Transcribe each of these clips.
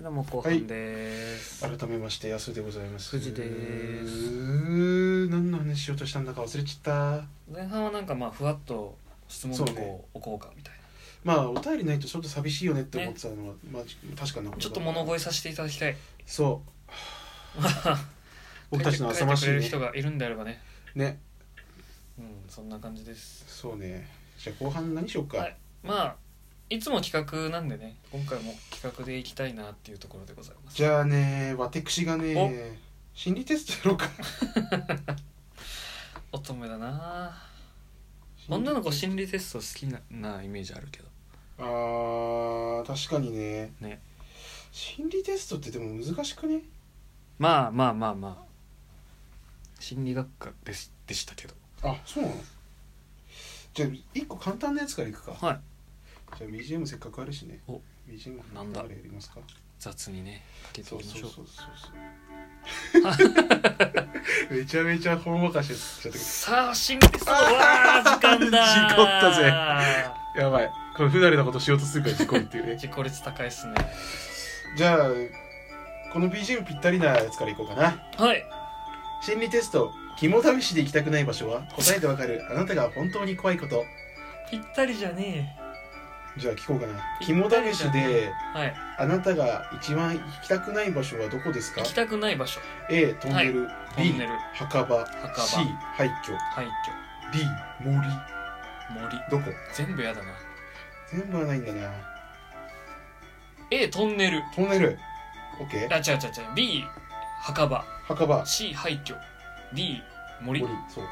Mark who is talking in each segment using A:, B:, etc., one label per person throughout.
A: どうも後半です、
B: 改めまして安でございます
A: 藤です
B: す何の話しようとしたんだか忘れちゃった
A: 前半はなんかまあふわっと質問
B: そう
A: を
B: ね
A: 置こうかみたい
B: まあお便りないとちょっと寂しいよねって思ってたのは、まあ確かな
A: な、
B: ことだ
A: ちょっと物乞いさせていただきたい
B: そ う僕たち
A: 書
B: の浅
A: いて
B: ま
A: く
B: しい
A: れる
B: ね
A: 人がいるんであればね
B: ね
A: うんそんな感じです
B: そうねじゃあ後半何しようか、
A: はいまあいつも企画なんでね今回も企画でいきたいなっていうところでございます
B: じゃあね私がね心理テストやろう か
A: 乙女だな女の子心理テスト好きななイメージあるけど
B: あー確かにね
A: ね
B: 心理テストってでも難しくね
A: まあまあまあまあ心理学科ですでしたけど
B: あそうなのじゃあ一個簡単なやつからいくか
A: はい
B: じゃあ BGM せっかくあるしね
A: お
B: BGM
A: なんだ
B: あれやりますか
A: 雑にねかけて
B: そ
A: いうきま
B: そ
A: しょ
B: うそううそ うそうめちゃめちゃほんわかしてちゃったけ
A: さあ心理テストのわー時間だ
B: 事故ったどやばいこれ不慣れなことしようとするから事故るっていうね
A: 事故率高いっすね
B: じゃあこの BGM ぴったりなやつからいこうかな
A: はい
B: 心理テスト肝試しで行きたくない場所は答えてわかるあなたが本当に怖いこと
A: ぴったりじゃね
B: じゃあ聞こうかな
A: ぴっ
B: 肝
A: たり
B: 試
A: じゃ
B: し
A: ね
B: で
A: えはい
B: あなたが一番行きたくない場所はどこですか
A: 行きたくない場所
B: A トンネル、
A: ト
B: B
A: ンネル
B: 墓場
A: 墓場
B: C 廃墟
A: 廃
B: D 森
A: 墟森
B: どこ
A: 全部やだな
B: 全部はないんだな
A: A トンネル
B: トンネル OK
A: あ違う違う違う B 墓場
B: 墓場
A: C 廃墟 D 森
B: 森そう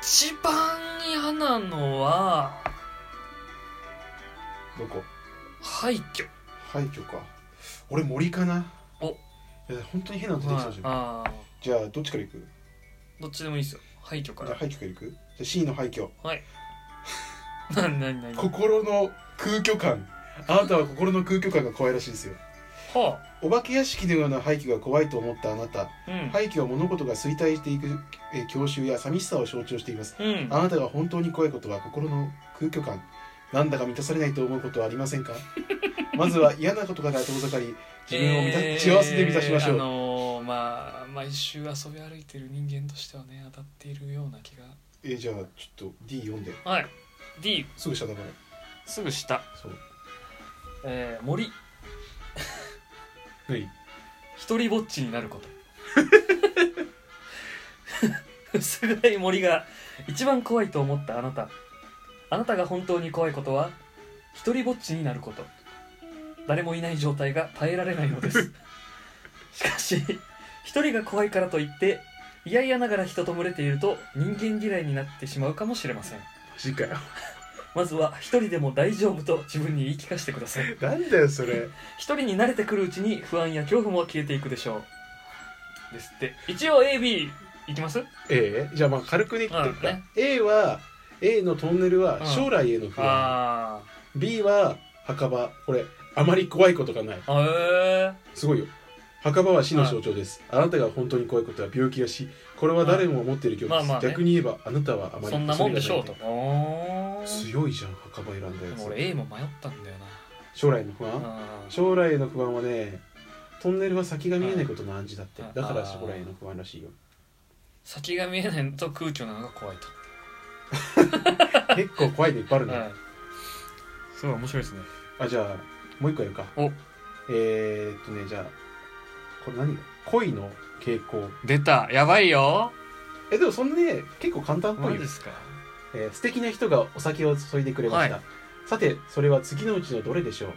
A: 一番嫌なのは
B: どこ
A: 廃墟
B: 廃墟か俺森かな
A: お
B: いや本当に変なこと出てきたじゃん、
A: ああ
B: じゃあどっちから行くじ
A: どっちでもいいですよ廃墟か
B: ゃあ
A: ら
B: 廃墟から行くじゃあ C の廃墟
A: なになになには
B: 心の空虚感あなたは心の空虚感が怖いらしいですよ
A: あ
B: お化け屋敷のような廃墟が怖いと思ったあなた
A: うん、
B: 廃墟は物事が衰退していくえー郷愁や寂しさを象徴しています
A: うん
B: あなたが本当に怖いことは心の空虚感なんだか満たされないと思うことはありませんかまずは嫌なことから遠ざかり自分を満た、
A: えー
B: 幸せで満たしましょう、
A: あのー、まあ毎週遊び歩いてる人間としてはね当たっているような気が
B: えーじゃあちょっと D 読んで
A: はい D
B: すぐ下だから
A: すぐ下、
B: そう
A: えー、森
B: 何
A: 一人ぼっちになること薄暗い森が一番怖いと思ったあなたあなたが本当に怖いことは一人ぼっちになること誰もいない状態が耐えられないのですしかし一人が怖いからといっていやいやながら人と群れていると人間嫌いになってしまうかもしれません
B: マジかよ
A: まずは一人でも大丈夫と自分に言い聞かせてください
B: なんだよそれ
A: 一人に慣れてくるうちに不安や恐怖も消えていくでしょうですって一応 AB いきます
B: A じゃあまあ軽くね言ってるか、
A: うんね
B: A は A のトンネル
A: う
B: は
A: ん
B: 将来への不安、
A: あ
B: B は墓場これあまり怖いことがない
A: あへえ
B: すごいよ墓場は死の象徴です、あなたが本当に怖いことは病気や死これは誰も持っている恐怖です、
A: まあまあね
B: 逆に言えばあなたはあまり
A: そんなもんでしょう
B: 恐
A: と
B: れが
A: お
B: ない
A: ー
B: 強いじゃん墓場選んだ
A: で
B: や
A: も
B: つ
A: 俺 A も迷ったんだよな
B: 将来の不安、
A: あー
B: 将来の不安はねトンネルは先が見えないことの暗示だって、
A: うん
B: だから
A: あー
B: 将来の不安らしいよ
A: 先が見えないのと空虚なのが怖いと
B: 結構怖いのいっぱいあるね、
A: すごい面白いですね
B: あじゃあもう一個やるか
A: お
B: えー、っとねじゃあこれ何恋の傾向
A: 出たやばいよ
B: えでもそんなね結構簡単っぽいよ
A: すか
B: えー素敵な人がお酒を注いでくれました、
A: は
B: さてそれは次のうちのどれでしょう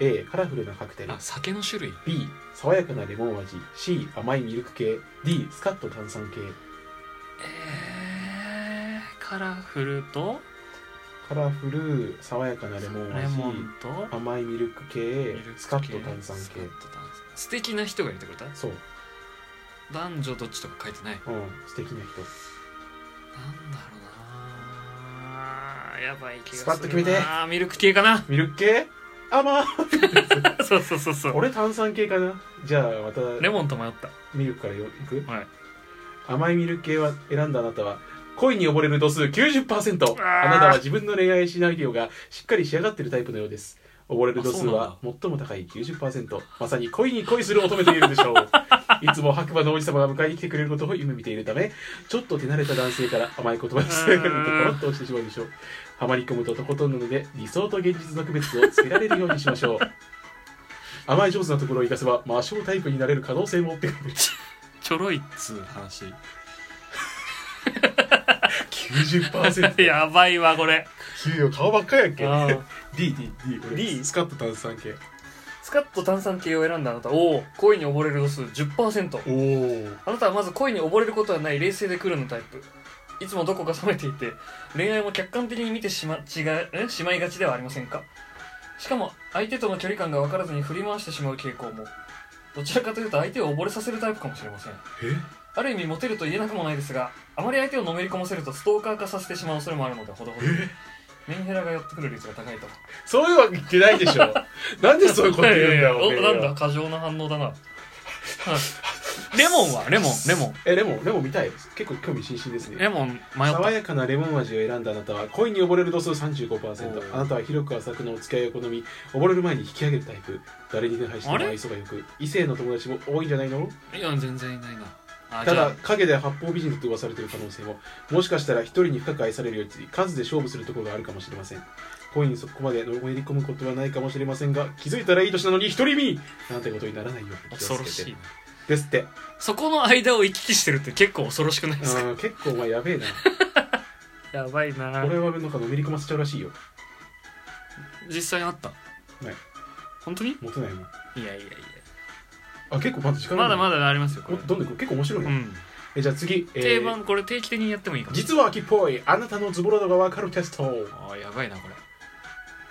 B: A カラフルなカクテル
A: あ酒の種類
B: B 爽やかなレモン味 C 甘いミルク系 D スカッと炭酸系
A: えー、カラフルと
B: カラフル爽やかなレモン
A: レ
B: 味
A: モンと
B: 甘いミルク系
A: ミルク系
B: スカッと炭酸
A: スカ
B: 系
A: ッと炭酸素敵な人が入れてくれた
B: そう、
A: 男女どっちとか書いてない
B: うん、素敵な
A: な
B: 人
A: んだろうなやばい気がするな
B: スパッと決めて
A: あミルク系かな
B: ミルク系甘い
A: そうそうそうそう
B: 俺炭酸系かなじゃあまた
A: レモンと迷った
B: ミルクからよいく、
A: はい
B: 甘いミルク系は選んだあなたは恋に溺れる度数90%あ
A: あー
B: なたは自分の恋愛シナリオがしっかり仕上がっているタイプのようです溺れる度数は
A: あ
B: 最も高い90%まさに恋に恋する乙女と言える でしょういつも白馬の王子様が迎えに来てくれることを夢見ているためちょっと手慣れた男性から甘い言葉をするとコロッと落ちてしまうでしょうハマり込むととことんなので理想と現実の区別をつけられるようにしましょう甘い上手なところを生かせば魔性タイプになれる可能性もってくる
A: ちょろいっつう話
B: 90%
A: やば いわこれ
B: 給料顔ばっかりやっけ
A: あー
B: DDD
A: D
B: スカット炭酸系
A: スカッと炭酸系を選んだあなたおお恋に溺れる度数10%
B: おお
A: あなたはまず恋に溺れることはない冷静でクールのタイプいつもどこか冷めていて恋愛も客観的に見てしま違うんしまいがちではありませんかしかも相手との距離感が分からずに振り回してしまう傾向もどちらかというと相手を溺れさせるタイプかもしれません
B: え
A: ある意味モテると言えなくもないですがあまり相手をのめり込ませるとストーカー化させてしまう恐れもあるのでほどほどにメンヘラが寄ってくる率が高いと
B: そういうわけ言ってない でしょなんで そういうこと言うんだろう
A: いやいやいやおなんだ過剰な反応だなレモンはレモンレモン
B: えレモンレモン見たいです結構興味津々ですね
A: レモン迷った
B: 爽やかなレモン味を選んだあなたは恋に溺れる度数35%
A: お
B: あなたは広く浅くのお付き合いを好み溺れる前に引き上げるタイプ誰にでも配信の愛想がよく異性の友達も多いんじゃないの
A: いや全然いないなあ
B: た
A: じゃ
B: だ影で八方美人と噂されている可能性ももしかしたら一人に深く愛されるより数で勝負するところがあるかもしれません恋にそこまでのめり込むことはないかもしれませんが気づいたらいい年なのに一人身なんてことにならないよう
A: あ
B: に気を
A: 恐
B: つ
A: ろ
B: け
A: してい
B: ですって
A: そこの間を行き来してるって結構恐ろしくないですか
B: うん結構お前やべえな
A: やばいな
B: 俺はなんかのめり込ませちゃうらしいよ
A: 実際あった
B: ない
A: 本当にい
B: 持てないもん
A: やいやいや
B: あ結構まだ時間
A: まだま
B: だ
A: だありますよこれ
B: どんどん行く結構面白いね、
A: うん
B: えじゃあ次、えー
A: 定番これ定期的にやってもいいかも
B: 実は秋っぽいあなたのズボラ度がわかるテスト、
A: あーやばいなこれ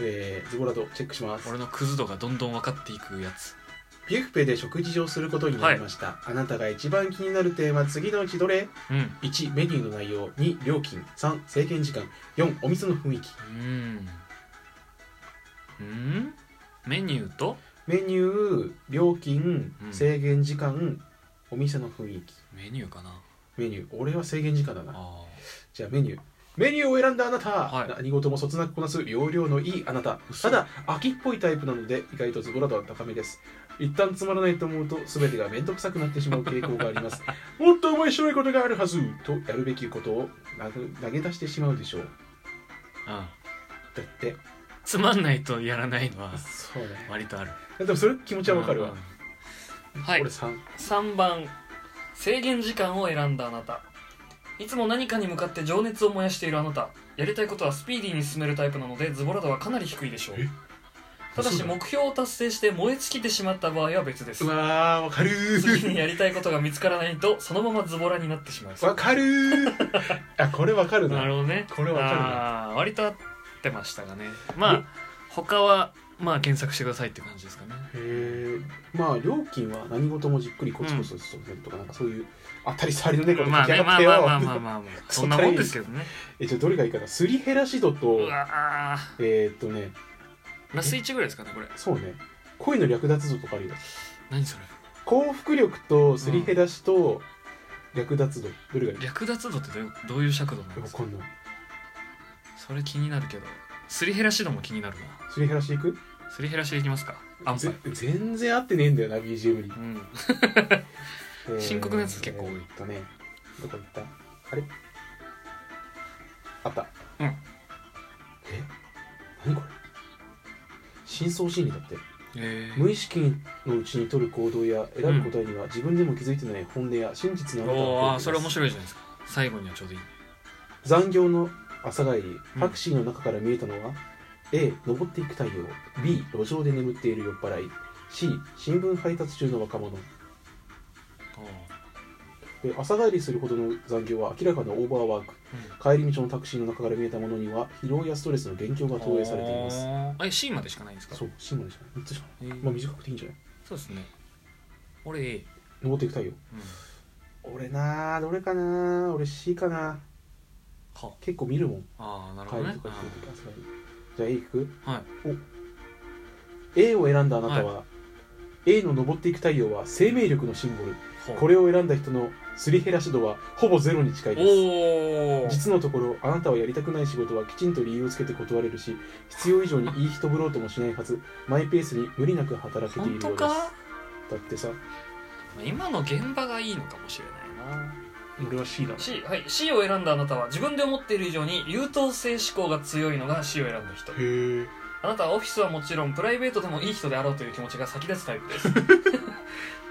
B: えーズボラ度チェックします
A: 俺のクズ度がどんどん分かっていくやつ
B: ビュッフェで食事をすることになりました、あなたが一番気になる点は次のうちどれ
A: うん
B: ?1 メニューの内容2料金3制限時間4お店の雰囲気
A: うんうんメニューと
B: メニュー料金
A: うん
B: 制限時間お店の雰囲気
A: メニューかな
B: メニュー俺は制限時間だな
A: あ
B: じゃあメニューメニューを選んだあなた、
A: はい
B: 何事もそつなくこなす容量のいいあなた
A: 嘘
B: ただ秋っぽいタイプなので意外とズボラ度は高めです一旦つまらないと思うと全てが面倒くさくなってしまう傾向があります もっと面白いことがあるはずとやるべきことを投げ投げ出してしまうでしょう
A: あうん
B: だって
A: つまんないとやらないのは
B: そうね
A: 割とある
B: でもそれ気持ちはわかる
A: う
B: わ、
A: んはい
B: 俺3
A: 3番制限時間を選んだあなたいつも何かに向かって情熱を燃やしているあなたやりたいことはスピーディーに進めるタイプなのでズボラ度はかなり低いでしょう
B: え
A: ただ
B: そう
A: し
B: なの
A: 目標を達成して燃え尽きてしまった場合は別です
B: うわーわかる
A: 次
B: ー
A: にやりたいことが見つからないとそのままズボラになってしまう
B: わかる ーあこれわかるな
A: なるほどね
B: これわかる
A: あー割と合ってましたがねまあ他はまあ検索してくださいって感じですかね
B: へえまあ料金は何事もじっくりコツコツ進めるとか、なんかそういう当たり障りのねこの
A: まあ
B: 出来
A: ね
B: 上が
A: ま
B: っ
A: あ
B: てよ
A: まあまあまあまあ まあ
B: クソ
A: そんなもんですけどね
B: えじゃあどれがいいかなすり減らし度
A: う
B: と
A: わー
B: えーっとね
A: ラス1ぐらいですかねこれ
B: そうね恋の略奪度とかあるよ
A: 何それ
B: 幸福力とすり減らしと略奪度、どれがいい
A: 略奪度ってどういうどういう尺度なんで
B: わ
A: す
B: か
A: か
B: んない
A: それ気になるけどすり減らし度も気になる
B: すり減らしいく
A: なすり減らしでいきますか安
B: ぜ
A: 牌
B: 全然合ってねえんだよな BGM に
A: う、ん
B: えー
A: 深刻なやつ結構多い
B: えーっとねどこ行ったあれあった
A: うん
B: え何これ深層心理だって
A: えー
B: 無意識のうちに取る行動や選ぶ答えには自分でも気づいてない本音や真実のあなたを
A: おーあー
B: 通
A: それ面
B: り
A: 白いじゃないですか最後にはちょうどいい
B: 残業の朝帰り
A: うん
B: タクシーの中から見えたのは、A 登っていく太陽 B 路上で眠っている酔っ払い C 新聞配達中の若
A: お
B: 者
A: ー
B: で朝帰りするほどの残業は明らかなオーバーワーク帰り道のタクシーの中から見えたものには疲労やストレスの現況が投影されています
A: おーえ C までしかないんですか
B: そうシンボルじゃない3つしかな
A: えー
B: いまあ短くていいんじゃない
A: そうですね俺 A
B: 登っていく太陽
A: うん
B: 俺なあどれかなあ俺 C かな
A: は
B: 結構見るもん
A: ああなるほ
B: 帰
A: ど
B: り
A: ね
B: とか行く時朝帰りじゃあ A 行く
A: はい
B: A を選んだあなたは、A の登っていく太陽は生命力のシンボル
A: ほう
B: これを選んだ人のすり減らし度はほぼゼロに近いです
A: おお
B: 実のところあなたはやりたくない仕事はきちんと理由をつけて断れるし必要以上にいい人ぶろうともしないはずマイペースに無理なく働けてい
A: 本
B: るよ
A: 当
B: うで
A: か
B: すだってさ
A: 今の現場がいいのかもしれないな
B: 俺は C だ
A: C, はい、C を選んだあなたは自分で思っている以上に優等生思考が強いのが C を選んだ人
B: へえ
A: あなたはオフィスはもちろんプライベートでもいい人であろうという気持ちが先立つタイプ です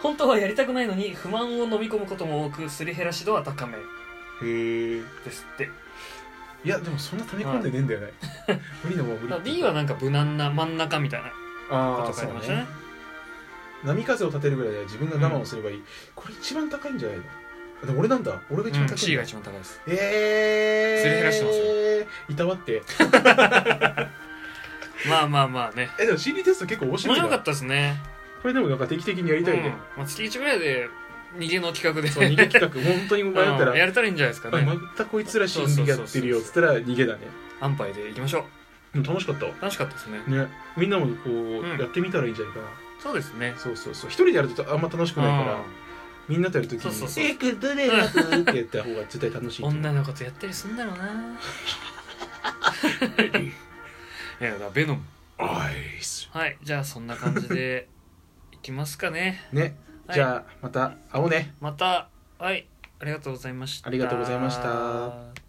A: 本当はやりたくないのに不満を飲み込むことも多くすり減らし度は高め
B: へえ
A: ですって
B: いやでもそんな溜め込んでねえんだよね無理のもん無
A: だか
B: 理
A: ら B はなんか無難な真ん中みたいなこ
B: あ
A: と
B: あ
A: 書
B: そ
A: いて
B: う
A: ましたね
B: ね波風を立てるぐらいで自分が我慢をすればいい、これ一番高いんじゃないのあでも俺なんだ俺が一番
A: うん
B: 高い
A: C
B: ん
A: が
B: だ、
A: 一番高いです
B: ええー、
A: すり減らしてます
B: いたわって
A: まあまあまあね
B: えでも心理テスト結構面白
A: 面
B: いな
A: 白かったですね
B: これでもなんか定期的にやりたい
A: う
B: ね、
A: んまあ、月1ぐらいで逃げの企画で
B: そう逃げ企画本当に迷ったら、
A: うんやれたらいいんじゃないですかね、
B: またこいつら心理やってるよっつったら逃げだね
A: 安牌でいきましょう
B: でも楽しかったわ
A: 楽しかったですね
B: ねみんなもこう
A: うん
B: やってみたらいいんじゃないかな、
A: そうですね
B: そうそうそう一人でやるとあんま楽しくないから、みんなとやるとき
A: そう
B: に
A: そうそう
B: えくどれやつ?」ってやった方が絶対楽しいと思う
A: 女の子とやったりすんだろうな いやだからベノム
B: アイス
A: はいじゃあそんな感じ でいきますかね
B: ね
A: はい
B: じゃあまた会おうね
A: またはいありがとうございました
B: ありがとうございました